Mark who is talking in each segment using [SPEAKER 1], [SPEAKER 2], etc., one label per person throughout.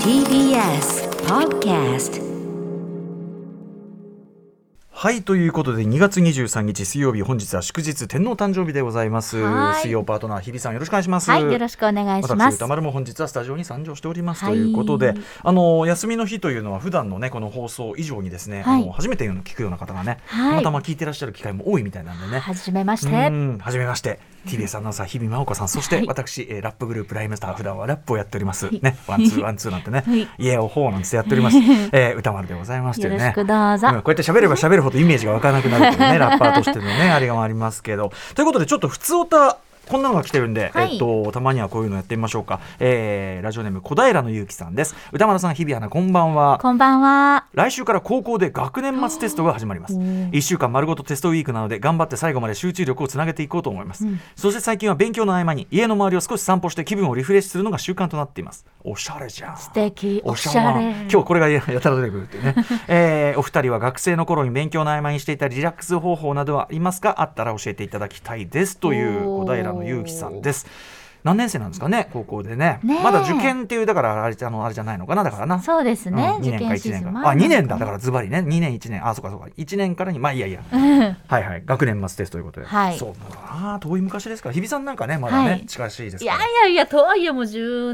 [SPEAKER 1] TBS Podcast
[SPEAKER 2] はいということで2月23日水曜日本日は祝日天皇誕生日でございます
[SPEAKER 1] はい
[SPEAKER 2] 水曜パートナー日比さんよろしくお願いします
[SPEAKER 1] はいよろしくお願いしま
[SPEAKER 2] 私
[SPEAKER 1] す
[SPEAKER 2] 歌丸も本日はスタジオに参上しております
[SPEAKER 1] は
[SPEAKER 2] と
[SPEAKER 1] い
[SPEAKER 2] いうことで、あの休みの日というのは普段のねこの放送以上にですね、
[SPEAKER 1] はい
[SPEAKER 2] あの初めて聞くような方がね、
[SPEAKER 1] はい
[SPEAKER 2] たまたま聞いてらっしゃる機会も多いみたいなんでね
[SPEAKER 1] はじめまし
[SPEAKER 2] う
[SPEAKER 1] て
[SPEAKER 2] んはじめまして TBS アナウンサー日比真央子さんそして私、えーラップグループライムスター普段はラップをやっておりますねワンツーワンツーなんてね、
[SPEAKER 1] はい
[SPEAKER 2] イエオホーなんてやってお ります、えー歌丸でございますとい
[SPEAKER 1] よ
[SPEAKER 2] うね
[SPEAKER 1] ろしくどうぞ、
[SPEAKER 2] うんこうやって喋れば喋るほどイメージが湧かなくなるというねラッパーとしてのねあれがありますけどということでちょっと普通歌こんなのが来てるんで、
[SPEAKER 1] はい
[SPEAKER 2] えっと、たまにはこういうのやってみましょうか、えーラジオネーム小平のゆうきさんです歌丸さん日比アナこんばんは
[SPEAKER 1] こんばんは
[SPEAKER 2] 来週から高校で学年末テストが始まります
[SPEAKER 1] おー
[SPEAKER 2] 1週間丸ごとテストウィークなので頑張って最後まで集中力をつなげていこうと思います、
[SPEAKER 1] うん
[SPEAKER 2] そして最近は勉強の合間に家の周りを少し散歩して気分をリフレッシュするのが習慣となっていますおしゃれじゃん
[SPEAKER 1] 素敵
[SPEAKER 2] お
[SPEAKER 1] お
[SPEAKER 2] し
[SPEAKER 1] し
[SPEAKER 2] ゃ
[SPEAKER 1] ゃ
[SPEAKER 2] れ
[SPEAKER 1] れ
[SPEAKER 2] 今日これがややたら出てくるっていうね、 えーお二人は学生の頃に勉強の合間にしていたリラックス方法などはありますかあったら教えていただきたいですという
[SPEAKER 1] お
[SPEAKER 2] 小
[SPEAKER 1] ー
[SPEAKER 2] 平のゆうきさんです何年生なんですかね高校でね
[SPEAKER 1] ねえ
[SPEAKER 2] まだ受験っていうだからあれあのあれじゃないのかなだからな
[SPEAKER 1] そうですね、
[SPEAKER 2] うん、2
[SPEAKER 1] 受
[SPEAKER 2] 年か
[SPEAKER 1] 験シー
[SPEAKER 2] 1年
[SPEAKER 1] ズン
[SPEAKER 2] かあ2年だだかららズバリね2年1年あそうかそうか1年からにまあいいやいいやはいはい学年末テストということで、
[SPEAKER 1] はい
[SPEAKER 2] そうああ遠い昔ですから日比さんなんかねまだね、
[SPEAKER 1] はい
[SPEAKER 2] 近しいで す
[SPEAKER 1] い
[SPEAKER 2] か
[SPEAKER 1] や
[SPEAKER 2] ら
[SPEAKER 1] いやいやとはいえもう10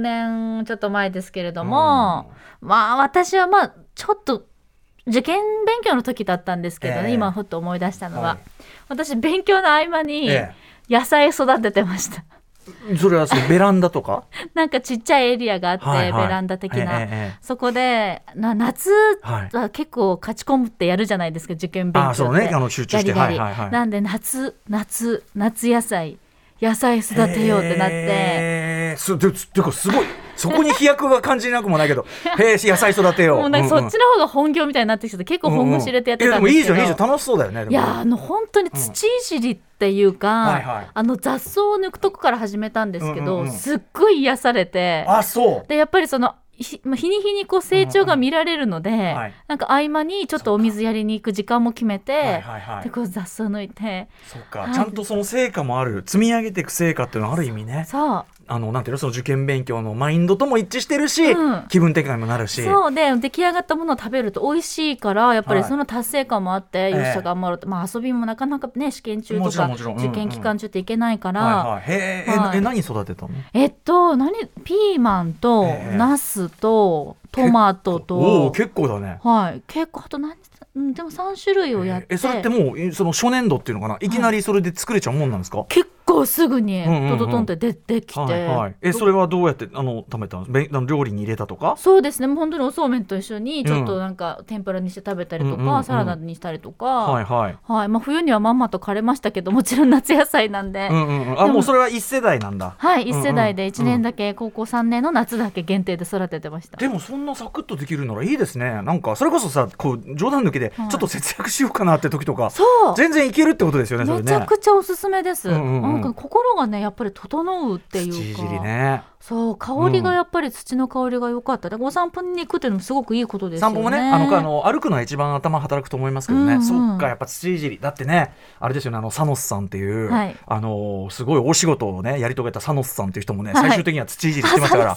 [SPEAKER 1] 年ちょっと前ですけれども、まあ私はまあちょっと受験勉強の時だったんですけどね、
[SPEAKER 2] ええ
[SPEAKER 1] 今ふっと思い出したのは、
[SPEAKER 2] はい
[SPEAKER 1] 私勉強の合間に
[SPEAKER 2] え
[SPEAKER 1] 野菜育ててました、
[SPEAKER 2] うんそれはそのベランダとか
[SPEAKER 1] なんかちっちゃいエリアがあって、
[SPEAKER 2] はいはい
[SPEAKER 1] ベランダ的な、
[SPEAKER 2] えええ
[SPEAKER 1] そこでな夏
[SPEAKER 2] えはい
[SPEAKER 1] は結構勝ち込むってやるじゃないですか受験勉強
[SPEAKER 2] あ
[SPEAKER 1] って
[SPEAKER 2] あそうねあの集中
[SPEAKER 1] ガ
[SPEAKER 2] して
[SPEAKER 1] リガリ、
[SPEAKER 2] はいはいはい
[SPEAKER 1] なんで夏夏夏野菜野菜育てようってなって、
[SPEAKER 2] へーすでつてかすごいそこに飛躍は感じなくもな いけどへえ野菜育てよう
[SPEAKER 1] もうなんかそっちの方が本業みたいになってきてて結構本腰入れてやってたん
[SPEAKER 2] うんう
[SPEAKER 1] で
[SPEAKER 2] んいや
[SPEAKER 1] す
[SPEAKER 2] で
[SPEAKER 1] け
[SPEAKER 2] も
[SPEAKER 1] ど
[SPEAKER 2] いいじゃんいいじゃん楽しそうだよねでも
[SPEAKER 1] いやあの本当に土いじりっていうか、
[SPEAKER 2] はいはい
[SPEAKER 1] あの雑草を抜くとこから始めたんですけど、
[SPEAKER 2] うんうんうん
[SPEAKER 1] すっごい癒されて
[SPEAKER 2] あそう
[SPEAKER 1] でやっぱりそのひまあ日に日にこう成長が見られるので、
[SPEAKER 2] はい
[SPEAKER 1] なんか合間にちょっとお水やりに行く時間も決めて、
[SPEAKER 2] はいはいは
[SPEAKER 1] で
[SPEAKER 2] い
[SPEAKER 1] こう雑草抜いて
[SPEAKER 2] そっか、
[SPEAKER 1] はい
[SPEAKER 2] ちゃんとその成果もある積み上げていく成果っていうのはある意味ね
[SPEAKER 1] そう
[SPEAKER 2] あのなんていうのその受験勉強のマインドとも一致してるし、
[SPEAKER 1] うん
[SPEAKER 2] 気分転換にもなるし
[SPEAKER 1] そうで出来上がったものを食べると美味しいからやっぱり
[SPEAKER 2] はい
[SPEAKER 1] その達成感もあって、
[SPEAKER 2] え
[SPEAKER 1] よっしゃ頑張ろうと、まあ、遊びもなかなかね試験中と
[SPEAKER 2] もちろ
[SPEAKER 1] か
[SPEAKER 2] んもちろんうん
[SPEAKER 1] 受験期間中っていけないから、
[SPEAKER 2] はいはいへえ、え
[SPEAKER 1] はい
[SPEAKER 2] え何育てたの
[SPEAKER 1] えっと何ピーマンと
[SPEAKER 2] ええ
[SPEAKER 1] ナスとトマト
[SPEAKER 2] おお
[SPEAKER 1] と、
[SPEAKER 2] 結構だね
[SPEAKER 1] はい結構あと何うんでも3種類をやって、
[SPEAKER 2] えそれってもうえその初年度っていうのかないきなりそれで作れちゃうもんなんですか、
[SPEAKER 1] 結構すぐに
[SPEAKER 2] うんうんうん
[SPEAKER 1] トトトンって出てきて、
[SPEAKER 2] はいはい、え
[SPEAKER 1] ど
[SPEAKER 2] それはどうやってあの食べたのべあの料理に入れたとか
[SPEAKER 1] そうですねもう本当におそうめんと一緒に
[SPEAKER 2] ん
[SPEAKER 1] ちょっとなんか天ぷらにして食べたりとか、
[SPEAKER 2] うんうんうん
[SPEAKER 1] サラダにしたりとか、
[SPEAKER 2] はいはい、
[SPEAKER 1] はいまあ、冬にはまんまと枯れましたけどもちろん夏野菜なんで、
[SPEAKER 2] うんうんうん、あ
[SPEAKER 1] でも
[SPEAKER 2] もうそれは一世代なんだ
[SPEAKER 1] はい1世代
[SPEAKER 2] うん
[SPEAKER 1] で
[SPEAKER 2] うん
[SPEAKER 1] 1年だけ、高校3年の夏だけ限定で育ててました
[SPEAKER 2] でもそんなサクッとできるならいいですねなんかそれこそさこう冗談抜きでち
[SPEAKER 1] は
[SPEAKER 2] ょ
[SPEAKER 1] い
[SPEAKER 2] っと節約しようかなって時とか、
[SPEAKER 1] そう
[SPEAKER 2] 全然いけるってことですよねそれ
[SPEAKER 1] め
[SPEAKER 2] ね
[SPEAKER 1] ちゃくちゃおすすめです、
[SPEAKER 2] うんうんうん
[SPEAKER 1] なんか心がねやっぱり整うっていうか
[SPEAKER 2] 土いじりね
[SPEAKER 1] そう香りがやっぱり土の香りが良かった、でお散歩に行くっていうのもすごくいいことですよ
[SPEAKER 2] 散
[SPEAKER 1] ね
[SPEAKER 2] 歩もねあのあの歩くのは一番頭働くと思いますけどね、
[SPEAKER 1] うんうん
[SPEAKER 2] そっかやっぱ土いじりだってねあれですよねあのサノスさんっていう、
[SPEAKER 1] はい
[SPEAKER 2] あのすごい大仕事をねやり遂げたサノスさんっていう人もね
[SPEAKER 1] はい
[SPEAKER 2] 最終的には土いじりしてましたから、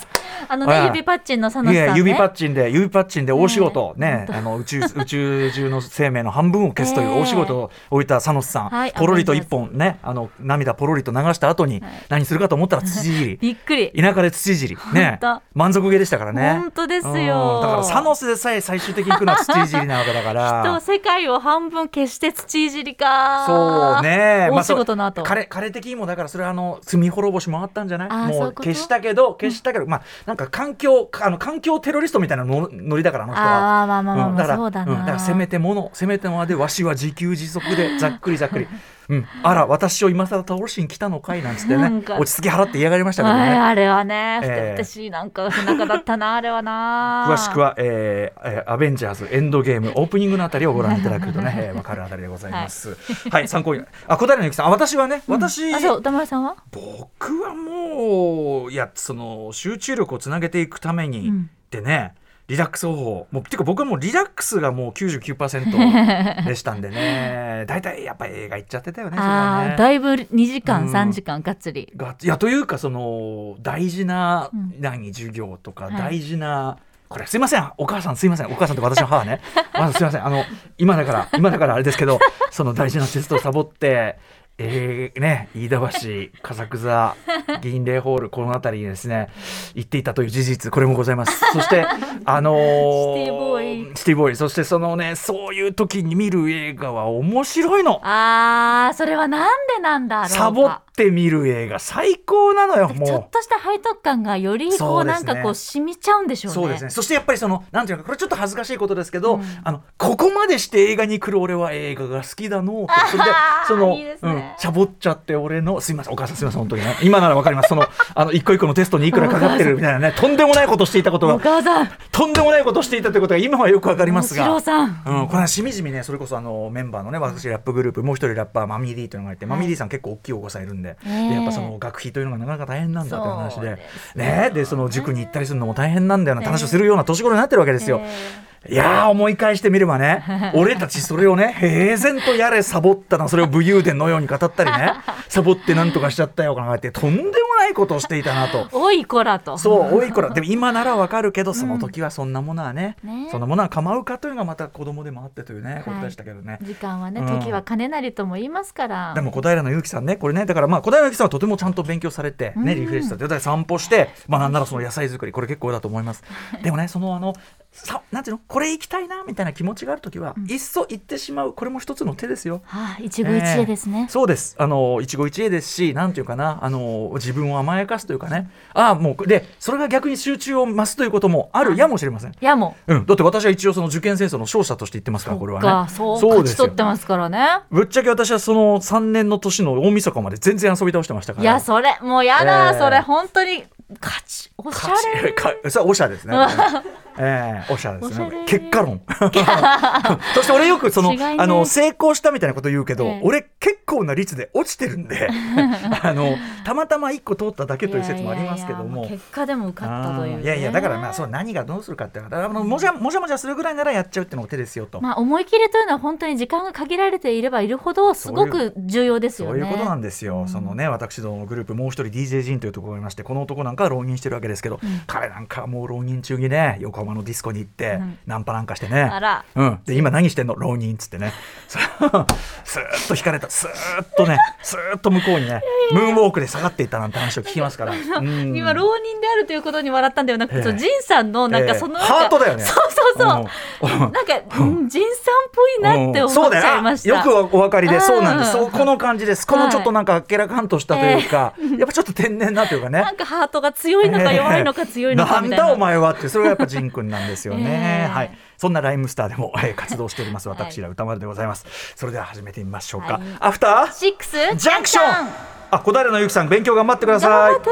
[SPEAKER 1] あのね
[SPEAKER 2] はい
[SPEAKER 1] 指パッチンの佐野
[SPEAKER 2] い
[SPEAKER 1] さん
[SPEAKER 2] や
[SPEAKER 1] ね
[SPEAKER 2] 指パッチンで指パッチンで大仕事、ね
[SPEAKER 1] え
[SPEAKER 2] あの宇宙宇宙中の生命の半分を消すとい
[SPEAKER 1] え
[SPEAKER 2] う
[SPEAKER 1] え
[SPEAKER 2] 大仕事を置いたサノスさん、
[SPEAKER 1] はい
[SPEAKER 2] ポロリと
[SPEAKER 1] アベン
[SPEAKER 2] 一
[SPEAKER 1] ジャー
[SPEAKER 2] 本ねあの涙ポロリと流した後に
[SPEAKER 1] はい
[SPEAKER 2] 何するかと思ったら土いじり
[SPEAKER 1] びっくり
[SPEAKER 2] 田舎で土いじりね
[SPEAKER 1] ほんと
[SPEAKER 2] 満足げでしたからね
[SPEAKER 1] 本当です
[SPEAKER 2] う
[SPEAKER 1] よ
[SPEAKER 2] んだからサノスでさえ最終的に行くのは土いじりなわけだか
[SPEAKER 1] と
[SPEAKER 2] ら
[SPEAKER 1] 世界を半分消して土いじりか
[SPEAKER 2] そうね
[SPEAKER 1] 大仕事の後、
[SPEAKER 2] 彼彼的にもだからそれはあの罪滅ぼしもあったんじゃない
[SPEAKER 1] あーそう
[SPEAKER 2] も
[SPEAKER 1] いう
[SPEAKER 2] う
[SPEAKER 1] こと
[SPEAKER 2] 消したけど消したけど、まあなんか環境あの環境テロリストみたいなのノリだからあの人は
[SPEAKER 1] ああまあまあまあ
[SPEAKER 2] うん
[SPEAKER 1] ま
[SPEAKER 2] だ
[SPEAKER 1] あ、
[SPEAKER 2] から
[SPEAKER 1] そうだな、
[SPEAKER 2] うんだからせめてものせめてものでわしは自給自足 でざっくりざっくり、うん、あら私を今更倒しに来たのかいなんつってね
[SPEAKER 1] なんか
[SPEAKER 2] 落ち着き払って嫌がりましたけど
[SPEAKER 1] はい
[SPEAKER 2] ね。
[SPEAKER 1] あれはね、
[SPEAKER 2] ええ
[SPEAKER 1] 私なんか不仲だった なあれはな
[SPEAKER 2] 詳しくは、えーえーアベンジャーズエンドゲームオープニングのあたりをご覧いただくとね、えーわかるあたりでございます。はい、参考に。あ、小平のゆきさん、あ私はね、私、
[SPEAKER 1] あそう歌丸さんは
[SPEAKER 2] 僕はもういやその集中力をつなげていくために、
[SPEAKER 1] うん
[SPEAKER 2] でねリラックス方法もうていうか僕はもうリラックスがもう99%でしたん でね大体やっぱ映画行っちゃってたよねそれは
[SPEAKER 1] あ
[SPEAKER 2] ね
[SPEAKER 1] あだいぶ2時間、
[SPEAKER 2] うん
[SPEAKER 1] 3時間がっつり
[SPEAKER 2] がいやというかその大事な
[SPEAKER 1] うん
[SPEAKER 2] 何授業とか
[SPEAKER 1] はい
[SPEAKER 2] 大事な、これすいませんお母さんすいませんお母さんと私の母ね あのすいませんあの今だから今だからあれですけどその大事なテストをサボって。えーね、飯田橋、笠草、銀嶺ホール、この辺りにですね、行っていたという事実、これもございます。そして、あのー
[SPEAKER 1] シティボー
[SPEAKER 2] シティボーイ、そしてそのね、そういう時に見る映画は面白いの。
[SPEAKER 1] あーそれはなんでなんだろうか
[SPEAKER 2] サボって見る映画、最高なのよ、もう。
[SPEAKER 1] ちょっとした背徳感がよりこ
[SPEAKER 2] そううで
[SPEAKER 1] な
[SPEAKER 2] す
[SPEAKER 1] ん
[SPEAKER 2] ね
[SPEAKER 1] かこう染みちゃうんでしょうね
[SPEAKER 2] そうですね。そしてやっぱりそのなんていうかこれちょっと恥ずかしいことですけど、
[SPEAKER 1] うん
[SPEAKER 2] あのここまでして映画に来る俺は映画が好きだのうとそれで
[SPEAKER 1] あー
[SPEAKER 2] その
[SPEAKER 1] いいです
[SPEAKER 2] う
[SPEAKER 1] ね
[SPEAKER 2] んサボっちゃって俺のすいませんお母さんすいません本当にね今ならわかりますそのあの一個一個のテストにいくらかかってるみたいなねとんでもないことしていたこと
[SPEAKER 1] お
[SPEAKER 2] が
[SPEAKER 1] 母さん
[SPEAKER 2] とんでもないことしていたということが今はよくわかりますが。
[SPEAKER 1] お郎さん
[SPEAKER 2] うん、これはしみじみねそれこそあのメンバーのね私ラップグループもう一人ラッパーマミー D というのがいて、マミー D さん結構大きいお子さんいるんで,、
[SPEAKER 1] ねえ
[SPEAKER 2] でやっぱその学費というのがなかなか大変なんだという話で
[SPEAKER 1] そうですよ
[SPEAKER 2] ねえでその塾に行ったりするのも大変なんだよなって話をするような年頃になってるわけですよ。いやー思い返してみれ ばね俺たちそれをね平然とやれサボったなそれを武勇伝のように語ったりねサボってなんとかしちゃったよ考えてとんでもないことをしていたなと。
[SPEAKER 1] おいこら と
[SPEAKER 2] そう、多い頃、でも今ならわかるけど、その時はそんなものはね、
[SPEAKER 1] ね
[SPEAKER 2] そんなものは構うかというのがまた子供でもあってというね、ことでしたけどね。
[SPEAKER 1] 時間はね
[SPEAKER 2] うん
[SPEAKER 1] 時は金なりとも言いますから、
[SPEAKER 2] でも小平の勇気さんね、これね、だからまあ小平の勇気さんはとてもちゃんと勉強されて、ね、
[SPEAKER 1] うん
[SPEAKER 2] リフレッシュされて、だから散歩して、まあなんならその野菜作り、これ結構だと思います。でもね、そのあの、さなんていうの、これ行きたいなみたいな気持ちがある時は、いっそ行ってしまう、これも一つの手ですよ。
[SPEAKER 1] はあ、一期一会ですね、
[SPEAKER 2] そうです。あの一期一会ですし、なんていうかな、あの自分を甘やかすというかね。ああ、もうで、それが逆に集中を増すということもあるやもしれません。
[SPEAKER 1] いやも
[SPEAKER 2] うん、だって私は一応その受験戦争の勝者として言ってますからこれ
[SPEAKER 1] う
[SPEAKER 2] は
[SPEAKER 1] か
[SPEAKER 2] ね
[SPEAKER 1] そう
[SPEAKER 2] そう
[SPEAKER 1] 勝
[SPEAKER 2] で
[SPEAKER 1] ち
[SPEAKER 2] すよ
[SPEAKER 1] 取ってますからね
[SPEAKER 2] ぶっちゃけ私はその3年の年の大晦日まで全然遊び倒してましたから
[SPEAKER 1] いやそれもうやだ、
[SPEAKER 2] ええ
[SPEAKER 1] それ本当に勝ちおしゃ
[SPEAKER 2] 勝
[SPEAKER 1] れ
[SPEAKER 2] ちかそれはおしゃですね
[SPEAKER 1] うわ
[SPEAKER 2] ええおしゃです
[SPEAKER 1] おしゃ
[SPEAKER 2] ね
[SPEAKER 1] れ
[SPEAKER 2] 結 果論 そして俺よくその,、
[SPEAKER 1] 違いね
[SPEAKER 2] あの成功したみたいなこと言うけど、
[SPEAKER 1] ええ
[SPEAKER 2] 俺結構な率で落ちてる んであのたまたま1個通っただけという説もありますけど
[SPEAKER 1] いやいやい
[SPEAKER 2] も
[SPEAKER 1] や結果でも受かったという、
[SPEAKER 2] あー
[SPEAKER 1] ね、
[SPEAKER 2] いやいやだからまあそう何がどうするかってだからあのもじゃもじゃもじゃするぐらいならやっちゃうってのも手ですよと、
[SPEAKER 1] まあ思い切りというのは本当に時間が限られていればいるほどすごく重要ですよ
[SPEAKER 2] そう
[SPEAKER 1] ね。
[SPEAKER 2] いうことなんですよ、
[SPEAKER 1] うん
[SPEAKER 2] そのね私どものグループもう一人 DJ ジンというところがいましてこの男なんかは浪人してるわけですけど、彼なんかはもう浪人中にね横浜のディスコに行って、
[SPEAKER 1] うん
[SPEAKER 2] ナンパなんかして
[SPEAKER 1] あ
[SPEAKER 2] ね
[SPEAKER 1] ら、
[SPEAKER 2] うん、で今何してんの浪人っつってね そスーッと引かれたスーッとねスーッと向こうにねムーンウォークで下がっていったなんて話を聞きますから、うん
[SPEAKER 1] 今浪人であるということに笑ったんではなくて、
[SPEAKER 2] ええ
[SPEAKER 1] その仁さんのなんかその、
[SPEAKER 2] ええハートだよね
[SPEAKER 1] そうそうそう。
[SPEAKER 2] うん
[SPEAKER 1] なんかうん仁さんっぽいなって思っちゃいました。
[SPEAKER 2] うんそうだよよくお分かり
[SPEAKER 1] う
[SPEAKER 2] で
[SPEAKER 1] ん
[SPEAKER 2] そうなんですそうこの感じですこ
[SPEAKER 1] は
[SPEAKER 2] の
[SPEAKER 1] い
[SPEAKER 2] ちょっとなんかあっけらかんとしたというか、やっぱちょっと天然なというかね
[SPEAKER 1] なんかハートが強いのか弱いのか強いのかみたいな。
[SPEAKER 2] んだお前はってそれがやっぱジン君なんですよね、
[SPEAKER 1] ええ
[SPEAKER 2] はいそんなライムスターでも、えー活動しております
[SPEAKER 1] い
[SPEAKER 2] 私ら歌丸でございます、それでは始めてみましょうか、
[SPEAKER 1] はい
[SPEAKER 2] アフター
[SPEAKER 1] シックス
[SPEAKER 2] ジャンクション
[SPEAKER 1] 頑
[SPEAKER 2] あ小平のゆきさん勉強頑張ってください
[SPEAKER 1] 張って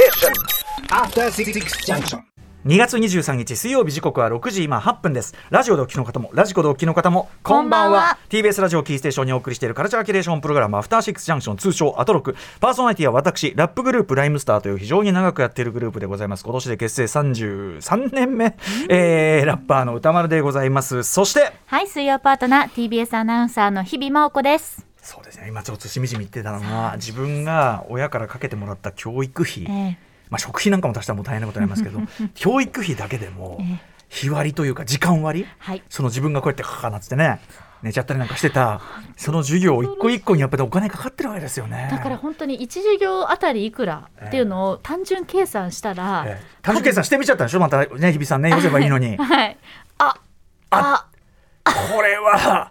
[SPEAKER 3] After Six Six Junction.
[SPEAKER 2] 2月23日水曜日時刻は6時今8分ですラジオでお聞きの方もラジコでお聞きの方もこんばんは
[SPEAKER 1] こんばんは
[SPEAKER 2] TBS ラジオキーステーションにお送りしているカルチャーキュレーションプログラムアフターシックスジャンクション通称アトロクパーソナリティは私ラップグループライムスターという非常に長くやっているグループでございます今年で結成33年目、えー、ラッパーの歌丸でございますそして
[SPEAKER 1] はい、水曜パートナー TBS アナウンサーの日々真央子です。
[SPEAKER 2] そうですね今ちょっとしみじみ言ってたのが自分が親からかけてもらった教育費、
[SPEAKER 1] ええ
[SPEAKER 2] まあ、食費なんかも足したらもう大変なことになりますけど 教育費だけでも日割りというか時間割、
[SPEAKER 1] はい
[SPEAKER 2] その自分がこうやってかかなっつってね寝ちゃったりなんかしてたその授業一個一個にやっぱりお金かかってるわけですよね。
[SPEAKER 1] だから本当に一授業あたりいくらっていうのを単純計算したら、
[SPEAKER 2] ええ単純計算してみちゃったんでしょまたね日比さんねよせばいいのに。
[SPEAKER 1] はい。あ、あ、
[SPEAKER 2] これは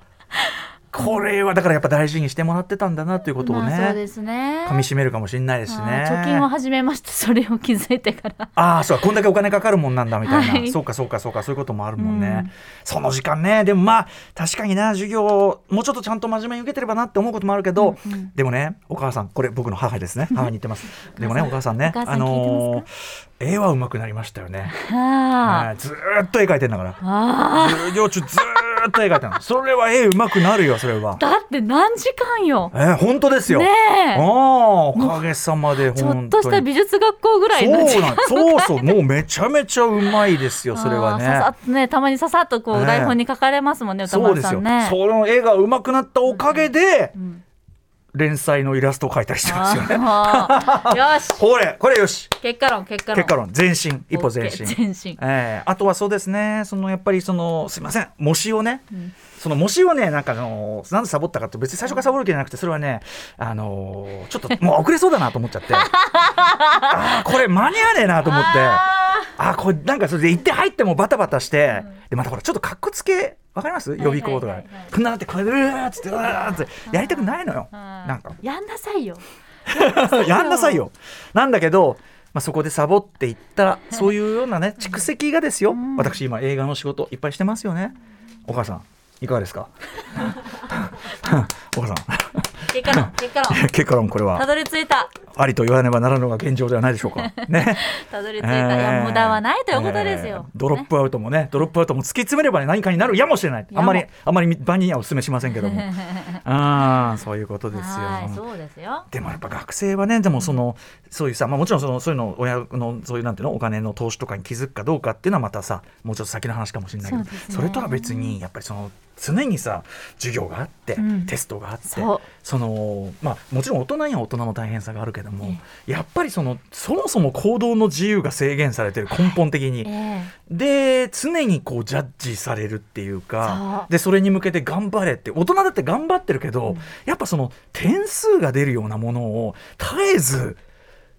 [SPEAKER 2] これはだからやっぱ大事にしてもらってたんだなということをね,、
[SPEAKER 1] まあそうですね。
[SPEAKER 2] 噛みしめるかもしれないですしね。
[SPEAKER 1] あー貯金を始めましてそれを気づいてから。
[SPEAKER 2] ああそうかこんだけお金かかるもんなんだみたいな、
[SPEAKER 1] はい
[SPEAKER 2] そうかそうかそうかそういうこともあるもん
[SPEAKER 1] う
[SPEAKER 2] ね、その時間ねでもまあ確かにな授業をもうちょっとちゃんと真面目に受けてればなって思うこともあるけど、
[SPEAKER 1] うんうん
[SPEAKER 2] でもねお母さんこれ僕の母ですね母に言ってますでもねお母さんね
[SPEAKER 1] お母さん
[SPEAKER 2] あのー絵は上手くなりましたよね、
[SPEAKER 1] あ
[SPEAKER 2] はいずーっと絵描いてんだから
[SPEAKER 1] あ。ああ。
[SPEAKER 2] 授業中ずーーっと絵描いたのそれは絵うまくなるよそれは
[SPEAKER 1] だって何時間よ
[SPEAKER 2] えー、本当ですよ、
[SPEAKER 1] ねえ
[SPEAKER 2] ああおかげさまで
[SPEAKER 1] ちょ
[SPEAKER 2] 本
[SPEAKER 1] っ
[SPEAKER 2] 当
[SPEAKER 1] と
[SPEAKER 2] に
[SPEAKER 1] した美術学校ぐらいの
[SPEAKER 2] そうなんそうそうもうめちゃめちゃうまいですよそれ は
[SPEAKER 1] あーさ
[SPEAKER 2] ね
[SPEAKER 1] さっとねたまにささっとこう、
[SPEAKER 2] ね
[SPEAKER 1] 台本に書かれますもんね歌
[SPEAKER 2] そう
[SPEAKER 1] 丸
[SPEAKER 2] です
[SPEAKER 1] さ
[SPEAKER 2] よ、
[SPEAKER 1] んね
[SPEAKER 2] その絵がうまくなったおかげで
[SPEAKER 1] ん
[SPEAKER 2] 連載のイラストを描いたりしてますよね
[SPEAKER 1] あーよし
[SPEAKER 2] これこれよし
[SPEAKER 1] 結果論結果論
[SPEAKER 2] 結果論前進一歩前
[SPEAKER 1] OK
[SPEAKER 2] 進
[SPEAKER 1] 前進
[SPEAKER 2] えーあとはそうですね、そのやっぱりそのすみません、模試をね、その模試をね、なんかあのなんでサボったかって、別に最初からサボるわけじゃなくて、それはね、あのーちょっともう遅れそうだなと思っち ゃって、あーこれ、間に合わねえなと思って、あ
[SPEAKER 1] あ
[SPEAKER 2] ーこれ、なんかそれで行って入ってもバタバタして、でまたほら、ちょっとかっこつけ、わかります予備校と
[SPEAKER 1] はいはいはい
[SPEAKER 2] か
[SPEAKER 1] はい、
[SPEAKER 2] こんななって、これ、うーっつって、うーっつって、やりたくないのよ、
[SPEAKER 1] ー
[SPEAKER 2] なんか。
[SPEAKER 1] やんなさいよ
[SPEAKER 2] やんなさいよ。なんだけど、まあ、そこでサボっていった、そういうようなね、蓄積がですよ。私、今、映画の仕事いっぱいしてますよね。お母さん、いかがですか お母さん、
[SPEAKER 1] 結果論結果論
[SPEAKER 2] 結果論、これ
[SPEAKER 1] た
[SPEAKER 2] は、
[SPEAKER 1] どり着いた
[SPEAKER 2] ありと言わねばならぬのが現状ではないでしょうか。ね。
[SPEAKER 1] たどり着いた、いや無駄はないということですよ、
[SPEAKER 2] えードロップアウトもねドロップアウトも突き詰めれば、ね、何かになるやもしれな
[SPEAKER 1] や
[SPEAKER 2] い
[SPEAKER 1] も
[SPEAKER 2] あんまりあんまり万人にはお勧めしません けどもあーそういうことですよ。
[SPEAKER 1] はいそうですよ
[SPEAKER 2] でもやっぱ学生はねでもそのそういうさ、まあ、もちろんそのそういうの親のそういうなんていうのお金の投資とかに気づくかどうかっていうのはまたさもうちょっと先の話かもしれないけど
[SPEAKER 1] そ
[SPEAKER 2] そ,、
[SPEAKER 1] うですね
[SPEAKER 2] れとは別にやっぱりその常にさ授業があって、
[SPEAKER 1] うん
[SPEAKER 2] テストがあって
[SPEAKER 1] そう
[SPEAKER 2] その、まあ、もちろん大人には大人の大変さがあるけども、
[SPEAKER 1] え
[SPEAKER 2] やっぱりそのそもそも行動の自由が制限されてる根本的に。
[SPEAKER 1] ええ
[SPEAKER 2] で常にこうジャッジされるっていう
[SPEAKER 1] そ
[SPEAKER 2] か
[SPEAKER 1] う
[SPEAKER 2] でそれに向けて頑張れって大人だって頑張ってるけど、やっぱその点数が出るようなものを絶えず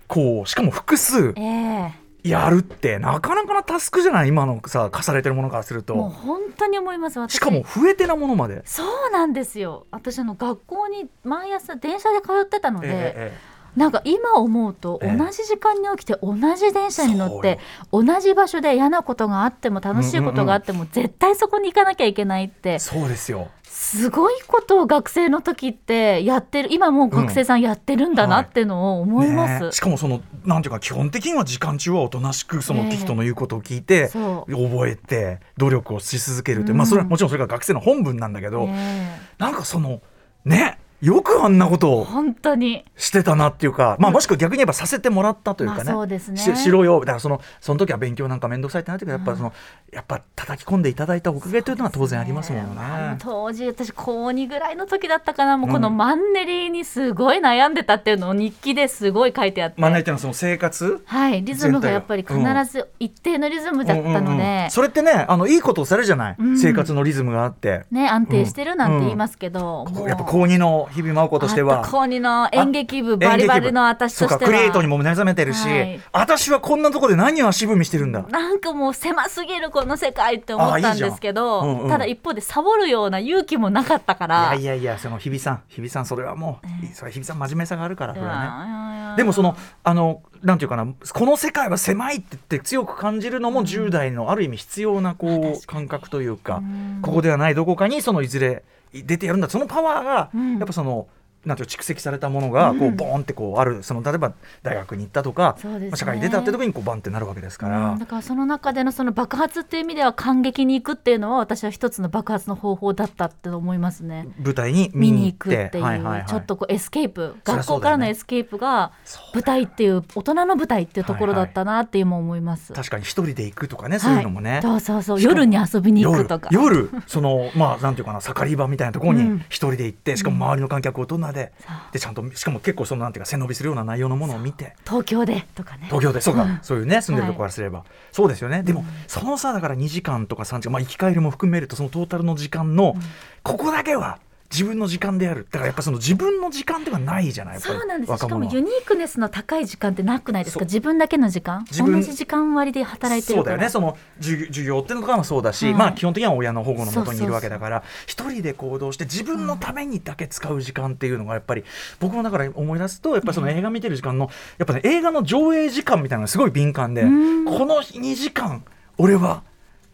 [SPEAKER 2] こうしかも複数
[SPEAKER 1] ええ
[SPEAKER 2] やるってなかなかなタスクじゃない今のさ課されてるものからする
[SPEAKER 1] もう
[SPEAKER 2] と
[SPEAKER 1] 本当に思います私
[SPEAKER 2] しかも増えてなものまで。
[SPEAKER 1] そうなんですよ私あの学校に毎朝電車で通ってたので、
[SPEAKER 2] え
[SPEAKER 1] なんか今思うと
[SPEAKER 2] え
[SPEAKER 1] 同
[SPEAKER 2] え
[SPEAKER 1] じ時間に起きて同じ電車に乗っ
[SPEAKER 2] そうよ
[SPEAKER 1] て同じ場所で嫌なことがあっても楽しいことがあっても絶対そこに行かなきゃいけないっ
[SPEAKER 2] え
[SPEAKER 1] て
[SPEAKER 2] そうですよ
[SPEAKER 1] すごいことを学生の時ってやってる今もう学生さんやってるんだなってのを思います。
[SPEAKER 2] ねえしかもそのなんていうか基本的には時間中はおとなしくその
[SPEAKER 1] ええ
[SPEAKER 2] 人の言うことを聞いて、
[SPEAKER 1] そう
[SPEAKER 2] 覚えて努力をし続けるって、
[SPEAKER 1] うん
[SPEAKER 2] まあそれはもちろんそれが学生の本分なんだけど、
[SPEAKER 1] ねえ
[SPEAKER 2] なんかそのねよくあんなことを
[SPEAKER 1] 本当に
[SPEAKER 2] してたなっていうか、まあ、もしくは逆に言えばさせてもらったというかね,、
[SPEAKER 1] まあそうですね
[SPEAKER 2] ししろよだからそのその時は勉強なんか面倒くさいってなってけどやっぱその、やっぱ叩き込んでいただいたおかげというのは当然ありますもんね。
[SPEAKER 1] あの当時私高2ぐらいの時だったかなもうこのマンネリにすごい悩んでたっていうのを日記ですごい書いてあって、
[SPEAKER 2] まあ、ないていうのはその生活
[SPEAKER 1] はい、リズムがやっぱり必ず一定のリズムだった
[SPEAKER 2] う
[SPEAKER 1] の
[SPEAKER 2] んうんう
[SPEAKER 1] で
[SPEAKER 2] ん、それってねあのいいことをされるじゃない、
[SPEAKER 1] うん
[SPEAKER 2] 生活のリズムがあって、
[SPEAKER 1] ね、安定してるなんて言いますけど、
[SPEAKER 2] こ
[SPEAKER 1] も
[SPEAKER 2] こ
[SPEAKER 1] う
[SPEAKER 2] やっぱ高2の日々真央子として
[SPEAKER 1] あ
[SPEAKER 2] は
[SPEAKER 1] と高二の演劇部バリバリの私としては
[SPEAKER 2] そうかクリエイトにも目覚めてるし、
[SPEAKER 1] はい
[SPEAKER 2] 私はこんなとこで何を足踏みしてるんだ
[SPEAKER 1] なんかもう狭すぎるこの世界って思ったんですけど
[SPEAKER 2] あいいじゃんうんうん
[SPEAKER 1] ただ一方でサボるような勇気もなかったから
[SPEAKER 2] いやいやいやその日比さん日比さんそれはもう、それは日比さん真面目さがあるからそれはね
[SPEAKER 1] うん
[SPEAKER 2] でもそのあのなんていうかなこの世界は狭いって言って強く感じるのも10代のある意味必要なこう感覚というかここではないどこかにそのいずれ出てやるんだそのパワーが
[SPEAKER 1] うん
[SPEAKER 2] やっぱその。なんていうの蓄積されたものがこうボーンってこうあるその例えば大学に行ったとか、
[SPEAKER 1] そうですね
[SPEAKER 2] まあ社会に出たって時にこうバンってなるわけですか
[SPEAKER 1] う
[SPEAKER 2] ら
[SPEAKER 1] んだからその中でのその爆発っていう意味では感激に行くっていうのは私は一つの爆発の方法だったって思いますね。
[SPEAKER 2] 舞台に
[SPEAKER 1] 見
[SPEAKER 2] 見に
[SPEAKER 1] に
[SPEAKER 2] 行
[SPEAKER 1] 行
[SPEAKER 2] っ
[SPEAKER 1] くって
[SPEAKER 2] て
[SPEAKER 1] いう、
[SPEAKER 2] はいはいはい
[SPEAKER 1] ちょっとこうエスケープ
[SPEAKER 2] そりゃ
[SPEAKER 1] 学
[SPEAKER 2] そ
[SPEAKER 1] 校
[SPEAKER 2] う
[SPEAKER 1] か
[SPEAKER 2] だ
[SPEAKER 1] ら
[SPEAKER 2] よね
[SPEAKER 1] のエスケープが
[SPEAKER 2] そう
[SPEAKER 1] 舞台っていう大人の舞台っていうところだったなって今思います。
[SPEAKER 2] 確かに一人で行くとかねそういうのもね、
[SPEAKER 1] はい、そうそうそう夜に遊びに行くとか
[SPEAKER 2] 夜夜そのまあなんていうかな盛り場みたいなところ
[SPEAKER 1] うん
[SPEAKER 2] に一人で行って、しかも周りの観客を大人
[SPEAKER 1] そ
[SPEAKER 2] で、
[SPEAKER 1] う
[SPEAKER 2] でちゃんとしかも結構そのなんていうか背伸びするような内容のものを見て
[SPEAKER 1] 東京でとかね
[SPEAKER 2] 東京でそうか、
[SPEAKER 1] うん
[SPEAKER 2] そういうね住んでるとこからすれば、そうですよねでも、そのさだから2時間とか3時間まあ行き帰りも含めるとそのトータルの時間の、ここだけは自分の時間であるだからやっぱその自分の時間ではないじゃないやっぱり
[SPEAKER 1] そうなんですし
[SPEAKER 2] 若
[SPEAKER 1] か
[SPEAKER 2] 者
[SPEAKER 1] も
[SPEAKER 2] は
[SPEAKER 1] ユニークネスの高い時間ってなくないですか
[SPEAKER 2] そう
[SPEAKER 1] 自分だけの時間
[SPEAKER 2] 自分
[SPEAKER 1] 同じ時間割で働いて
[SPEAKER 2] そう
[SPEAKER 1] る
[SPEAKER 2] だ
[SPEAKER 1] か
[SPEAKER 2] よ
[SPEAKER 1] ら
[SPEAKER 2] ねその授授業っていうのとかもそうだし、
[SPEAKER 1] はい
[SPEAKER 2] まあ基本的には親の保護のもとにいるわけだから一人で行動して自分のためにだけ使う時間っていうのがやっぱり僕もだから思い出すとやっぱりその映画見てる時間のやっぱね映画の上映時間みたいなのがすごい敏感でこ
[SPEAKER 1] ん
[SPEAKER 2] の2時間俺は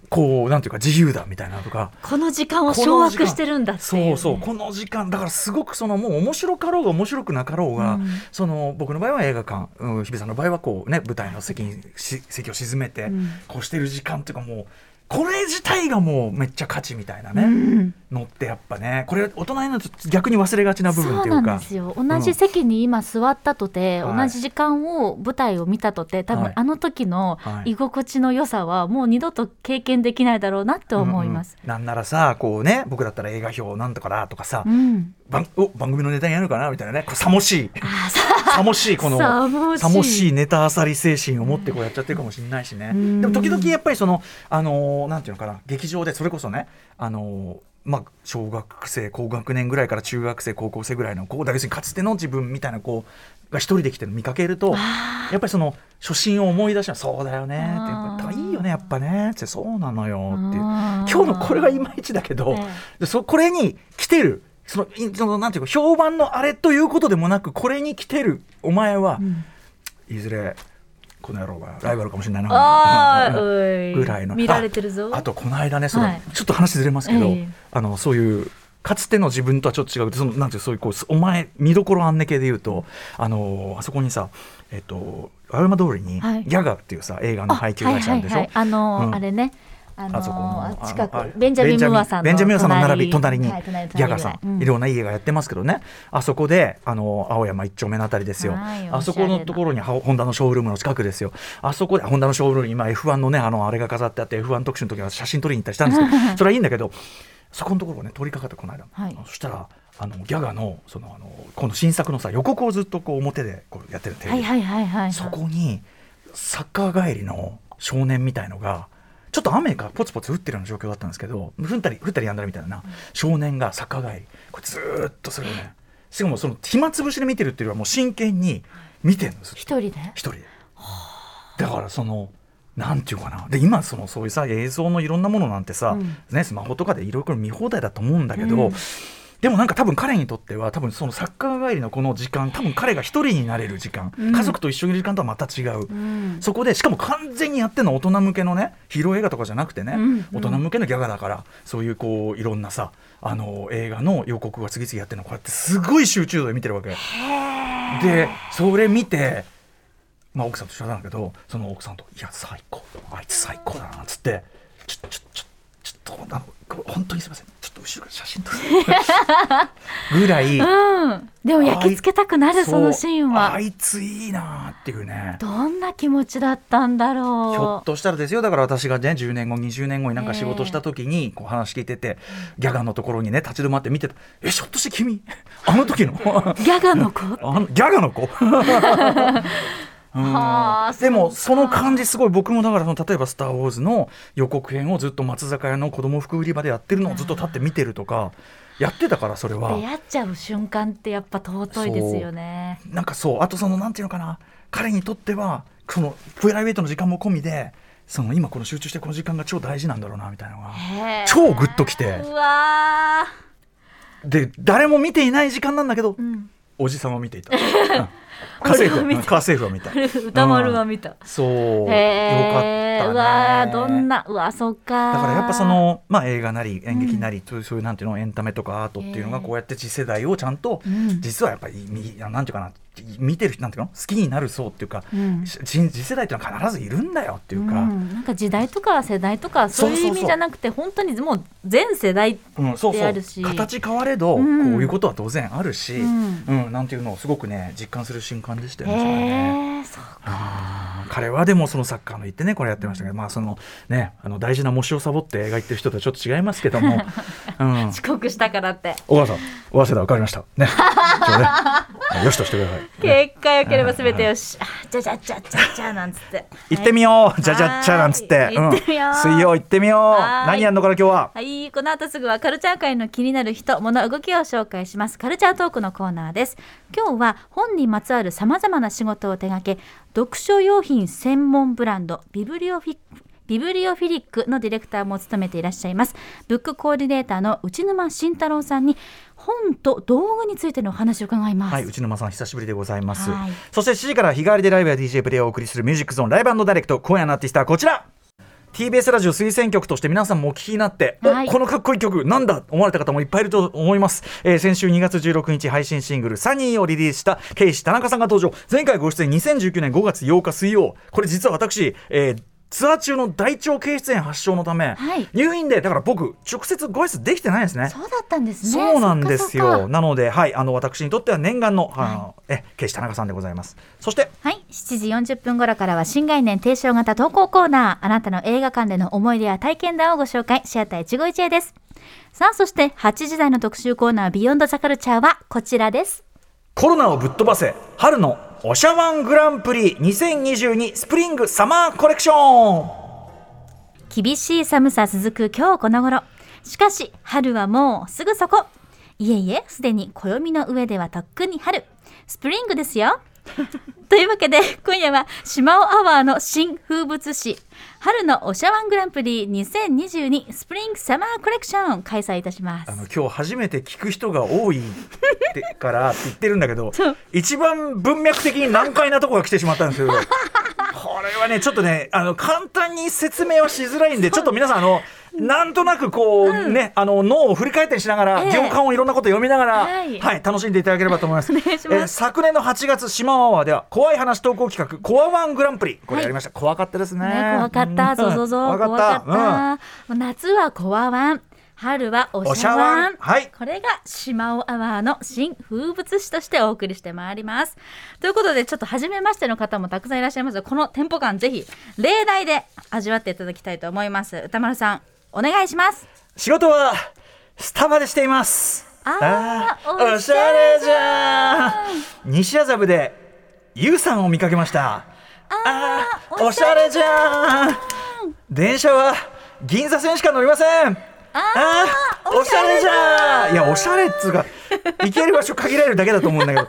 [SPEAKER 2] こうなんていうか自由だみたいなのとか
[SPEAKER 1] この時間を
[SPEAKER 2] こ
[SPEAKER 1] 掌
[SPEAKER 2] の時
[SPEAKER 1] 握
[SPEAKER 2] 間
[SPEAKER 1] してるんだっていうね、
[SPEAKER 2] そうそうこの時間だからすごくそのもう面白かろうが面白くなかろうが、
[SPEAKER 1] うん
[SPEAKER 2] その僕の場合は映画館、うん、日比さんの場合はこうね舞台の席にし席を沈めて、
[SPEAKER 1] ん
[SPEAKER 2] こうしてる時間っていうかもうこれ自体がもうめっちゃ価値みたいなね、のってやっぱねこれ大人になると逆に忘れがちな部分
[SPEAKER 1] そ
[SPEAKER 2] っ
[SPEAKER 1] う
[SPEAKER 2] てい
[SPEAKER 1] な
[SPEAKER 2] うんか
[SPEAKER 1] ですよ同じ席に今座ったとて、
[SPEAKER 2] は
[SPEAKER 1] 同
[SPEAKER 2] い
[SPEAKER 1] じ時間を舞台を見たとて多
[SPEAKER 2] は
[SPEAKER 1] 分
[SPEAKER 2] い
[SPEAKER 1] あの時の
[SPEAKER 2] はい
[SPEAKER 1] 居心地の良さはもう二度と経験できないだろうなと思います。
[SPEAKER 2] うんうんなんならさこうね僕だったら映画表なんとかだとかさ、
[SPEAKER 1] うん、
[SPEAKER 2] 番お番組のネタにやるのかなみたいなねこれさもしい
[SPEAKER 1] あさ
[SPEAKER 2] さもしいこの
[SPEAKER 1] さもしい
[SPEAKER 2] さもしいネタあさり精神を持ってこうやっちゃってるかもしれないしね、
[SPEAKER 1] うん
[SPEAKER 2] でも時々やっぱりそのあのーなんていうのかな劇場でそれこそねあのーまあ、小学生高学年ぐらいから中学生高校生ぐらいのこうだけかつての自分みたいな子が一人で来てるの見かけるとやっぱりその初心を思い出したそうだよねってやっぱ
[SPEAKER 1] あー
[SPEAKER 2] いいよねやっぱねってそうなのよっていう
[SPEAKER 1] あー
[SPEAKER 2] 今日のこれがいまいちだけど、
[SPEAKER 1] ええ
[SPEAKER 2] でそこれに来てるそのいそのなんていうか評判のあれということでもなくこれに来てるお前は、いずれこの野郎がライバルかもしれない
[SPEAKER 1] あ
[SPEAKER 2] な
[SPEAKER 1] ー
[SPEAKER 2] うん
[SPEAKER 1] おい
[SPEAKER 2] ぐらいの
[SPEAKER 1] 見られてるぞ
[SPEAKER 2] ああとこの間ねその、
[SPEAKER 1] はい
[SPEAKER 2] ちょっと話ずれますけど、
[SPEAKER 1] ええ
[SPEAKER 2] あのそういうかつての自分とはちょっと違うそのなんていうそういうこうお前見どころあんね系で言うとあのあそこにさえっと青山通りに、
[SPEAKER 1] はい
[SPEAKER 2] ギャガーっていうさ映画の配給会社あるでしょ、
[SPEAKER 1] あのー、
[SPEAKER 2] うん
[SPEAKER 1] あれね。あのー
[SPEAKER 2] あそこのあ
[SPEAKER 1] 近
[SPEAKER 2] あれ
[SPEAKER 1] くベンジャミン・ムーアさんの
[SPEAKER 2] ベンジャミンムーアさんの並び
[SPEAKER 1] 隣
[SPEAKER 2] 隣に
[SPEAKER 1] はい隣
[SPEAKER 2] ギャガーさ
[SPEAKER 1] うん
[SPEAKER 2] いろんな家がやってますけどねあそこであの青山一丁目のあたりですよ
[SPEAKER 1] はい
[SPEAKER 2] あそこ
[SPEAKER 1] おしゃれ
[SPEAKER 2] の
[SPEAKER 1] な
[SPEAKER 2] ところにはホンダのショールームの近くですよあそこでホンダのショールームに今 F1 のねあのあれが飾ってあって F1 特集の時は写真撮りに行ったりしたんです けどそれはいいんだけどそこのところをね通りかかってこの間
[SPEAKER 1] はい
[SPEAKER 2] そしたらあのギャガーのそのあのこの新作のさ予告をずっとこう表でこうやってるテレ
[SPEAKER 1] は
[SPEAKER 2] ビ
[SPEAKER 1] い
[SPEAKER 2] で
[SPEAKER 1] はいはいはいはい。
[SPEAKER 2] そこにサッカー帰りの少年みたいのがちょっと雨がポツポツ降ってるような状況だったんですけど降ったり降ったりやんだりみたいな少年がサッカー帰りこれずーっとそれをねしかもその暇つぶしで見てるっていうよりはもう真剣に見てるんです
[SPEAKER 1] 一人で。
[SPEAKER 2] 一人でだからそのなんていうかなで今そのそういうさ映像のいろんなものなんてさ、
[SPEAKER 1] うん
[SPEAKER 2] ね、スマホとかでいろいろ見放題だと思うんだけど、
[SPEAKER 1] うん
[SPEAKER 2] でもなんか多分彼にとっては多分そのサッカー帰りのこの時間多分彼が一人になれる時間、
[SPEAKER 1] うん
[SPEAKER 2] 家族と一緒にいる時間とはまた違う、
[SPEAKER 1] うん
[SPEAKER 2] そこでしかも完全にやってるのは大人向けのねヒーロー映画とかじゃなくてね、
[SPEAKER 1] うん
[SPEAKER 2] 大人向けのギャガだからそういうこういろんなさあの映画の予告が次々やってるのこうやってすごい集中度で見てるわけ。でそれ見て、まあ、奥さんと一緒なんだけどその奥さんと「いや最高あいつ最高だな」っつって「ちょちょちょちょっとあのこれ本当にすいませんちょっと後ろから写真撮 る」ぐらい
[SPEAKER 1] うん。でも焼き付けたくなるそのシーン
[SPEAKER 2] そうあ
[SPEAKER 1] は。
[SPEAKER 2] いついいなっていうね。
[SPEAKER 1] どんな気持ちだったんだろう。
[SPEAKER 2] ひょっとしたらですよだから私がね10年後20年後になんか仕事した時にこう話聞いてて、ギャガーのところにね立ち止まって見てた「えひょっとして君 あの時の
[SPEAKER 1] ギャガの子。
[SPEAKER 2] あのギャガ の子うん
[SPEAKER 1] はあ
[SPEAKER 2] でも
[SPEAKER 1] そ
[SPEAKER 2] そう
[SPEAKER 1] か
[SPEAKER 2] の感じすごい僕もだからその例えば「スター・ウォーズ」の予告編をずっと松坂屋の子供服売り場でやってるのをずっと立って見てるとかやってたからそれは。
[SPEAKER 1] 出会っちゃう瞬間ってやっぱ尊いですよね。
[SPEAKER 2] なんかそうあとそのなんていうのかな彼にとってはそのプライベートの時間も込みでその今この集中してこの時間が超大事なんだろうなみたいなのが
[SPEAKER 1] へえ
[SPEAKER 2] 超グッときて
[SPEAKER 1] うわあ。
[SPEAKER 2] で誰も見ていない時間なんだけど、
[SPEAKER 1] うん。
[SPEAKER 2] おじさんは見てい たうん家政婦
[SPEAKER 1] 俺は見て
[SPEAKER 2] は家政婦は見た
[SPEAKER 1] 歌丸は見た。
[SPEAKER 2] そうよかった
[SPEAKER 1] へえ。
[SPEAKER 2] ね
[SPEAKER 1] うわあどんなうわそっか。
[SPEAKER 2] だからやっぱそ。の、まあ、映画なり演劇なり、そういうそういうなんていうのエンタメとかアートっていうのが
[SPEAKER 1] ええ
[SPEAKER 2] こうやって次世代をちゃんと、
[SPEAKER 1] うん
[SPEAKER 2] 実はやっぱりみなんていうかな見てる人なんていうの好きになる層っていうか、
[SPEAKER 1] うん
[SPEAKER 2] し次次世代っていうのは必ずいるんだよっていうか、
[SPEAKER 1] う
[SPEAKER 2] うん
[SPEAKER 1] ん、なんか時代とか世代とかそういう意味じゃなくて本当にもう全世代
[SPEAKER 2] そう
[SPEAKER 1] で
[SPEAKER 2] そ
[SPEAKER 1] あ
[SPEAKER 2] う
[SPEAKER 1] るし
[SPEAKER 2] 形変われど、
[SPEAKER 1] うん
[SPEAKER 2] こういうことは当然あるし、
[SPEAKER 1] う
[SPEAKER 2] う
[SPEAKER 1] んん
[SPEAKER 2] なんていうのをすごくね実感する瞬間でしたよ
[SPEAKER 1] へ
[SPEAKER 2] ね。それはね
[SPEAKER 1] えそう
[SPEAKER 2] 彼はでもそのサッカーの言ってねこれやってましたけど、まあそのね、あの大事な模試をサボって映画行ってる人とはちょっと違いますけど も、うん、
[SPEAKER 1] 遅刻したからって
[SPEAKER 2] 小川さん、早稲田分かりました。ね。一応ね はいよしとしてく ださい。ね
[SPEAKER 1] 結果良ければ全てよし、あじゃじゃじゃじゃじゃなんつって
[SPEAKER 2] 行ってみようじゃじゃっちゃなんつって。
[SPEAKER 1] はい行ってみようん
[SPEAKER 2] 水曜行ってみよう
[SPEAKER 1] はーい
[SPEAKER 2] 何やんのかな今日は。
[SPEAKER 1] はい、この後すぐはカルチャー界の気になる人、物、動きを紹介します。カルチャートークのコーナーです。今日は本にまつわる様々な仕事を手掛け、読書用品専門ブランド、ビブリオフィック、ビブリオフィリックのディレクターも務めていらっしゃいます。ブックコーディネーターの内沼慎太郎さんに、本と道具についてのお話を伺います。
[SPEAKER 2] はい、内沼さん久しぶりでございます
[SPEAKER 1] はい。
[SPEAKER 2] そして7時から日替わりでライブや DJ プレイをお送りするミュージックゾーンライブダイレクト今夜のアーティストはこちら TBS ラジオ推薦曲として皆さんもお聞きになって、お
[SPEAKER 1] はい
[SPEAKER 2] このかっこいい曲なんだと思われた方もいっぱいいると思います、えー先週2月16日配信シングル「サニーをリリースしたケイシ田中さんが登場前回ご出演2019年5月8日水曜これ実は私、えーツアー中の大腸憩室炎発症のため、
[SPEAKER 1] はい
[SPEAKER 2] 入院でだから僕直接ご挨拶できてないんですね
[SPEAKER 1] そうだったんですね。
[SPEAKER 2] そうなんです
[SPEAKER 1] そっかそ
[SPEAKER 2] よ。
[SPEAKER 1] っか
[SPEAKER 2] なので、はい、あの私にとっては念願の、あの、え、ケイシ田中さんでございます。そして、
[SPEAKER 1] はい。7時40分頃からは新概念提唱型投稿コーナー。あなたの映画館での思い出や体験談をご紹介。シアター一期一会です。さあ、そして8時台の特集コーナービヨンドザカルチャーはこちらです。
[SPEAKER 2] コロナをぶっ飛ばせ、春のおしゃワングランプリ2022スプリングサマーコレクション。
[SPEAKER 1] 厳しい寒さ続く今日この頃しかし春はもうすぐそこいえいえすでに暦の上ではとっくに春スプリングですよ というわけで今夜は島尾アワーの新風物詩春のおしゃワングランプリ2022スプリングサマーコレクション開催いたします
[SPEAKER 2] あの今日初めて聞く人が多いってからって言ってるんだ けど、一番文脈的に難解なとこが来てしまったんです けど。これはねちょっとねあの簡単に説明はしづらい んでちょっと皆さんあのなんとなくこう、ねあの脳を振り返ったりしながら、
[SPEAKER 1] ええ
[SPEAKER 2] 行間をいろんなこと読みながら、
[SPEAKER 1] は
[SPEAKER 2] はいい楽しんでいただければと思います。
[SPEAKER 1] お願いします
[SPEAKER 2] えー昨年の8月島アワーでは怖い話投稿企画コアワングランプリこれやりました、怖かったですね。
[SPEAKER 1] ね、怖かった、
[SPEAKER 2] うん
[SPEAKER 1] そうそうそう、怖
[SPEAKER 2] 怖
[SPEAKER 1] かっ。
[SPEAKER 2] かったた。うん
[SPEAKER 1] もう夏はコアワン、春はおしゃワ
[SPEAKER 2] おしゃワ
[SPEAKER 1] ン
[SPEAKER 2] ン。はい
[SPEAKER 1] これが島尾アワーの新風物詩としてお送りしてまいります。ということで、ちょっと初めましての方もたくさんいらっしゃいますがこのテンポ感、ぜひ例題で味わっていただきたいと思います。歌丸さん、お願いします。
[SPEAKER 2] 仕事はスタバでしています
[SPEAKER 1] あー
[SPEAKER 2] ー
[SPEAKER 1] おしゃれじ
[SPEAKER 2] ゃん西麻布でゆうさんを見かけましたあーおしゃれじゃん電車は銀座線しか乗りませんあーおしゃれじゃんいやおしゃれっつうか行ける場所限られるだけだと思うんだけど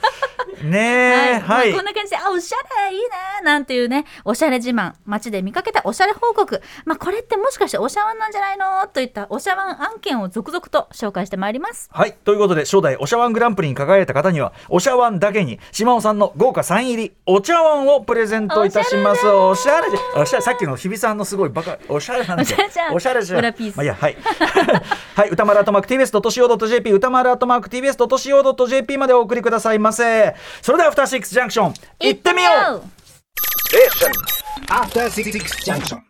[SPEAKER 2] ねえ
[SPEAKER 1] まあ
[SPEAKER 2] はい、
[SPEAKER 1] こんな感じで、あ、おしゃれ、いいね、なんていうね、おしゃれ自慢、街で見かけたおしゃれ報告。まあ、これってもしかしておしゃわんなんじゃないのといったおしゃわん案件を続々と紹介してまいります。
[SPEAKER 2] はい。ということで、初代お茶碗グランプリに輝いた方には、お茶碗だけに、島尾さんの豪華サイン入り、お茶碗をプレゼントいたします。おしゃれじゃん。おしゃれ、さっきの日比さんのすごいバカ、おしゃれなんですよ
[SPEAKER 1] おしゃれじゃん
[SPEAKER 2] おしゃれじゃん。
[SPEAKER 1] 裏ピース
[SPEAKER 2] まあ、いいや、はい。 はい。歌丸アットマーク TBS.CO.JP、歌丸アットマーク TBS.CO.JP までお送りくださいませ。それでは、アフターシックスジャンクション、行ってみよう
[SPEAKER 1] う
[SPEAKER 3] After Six Junction.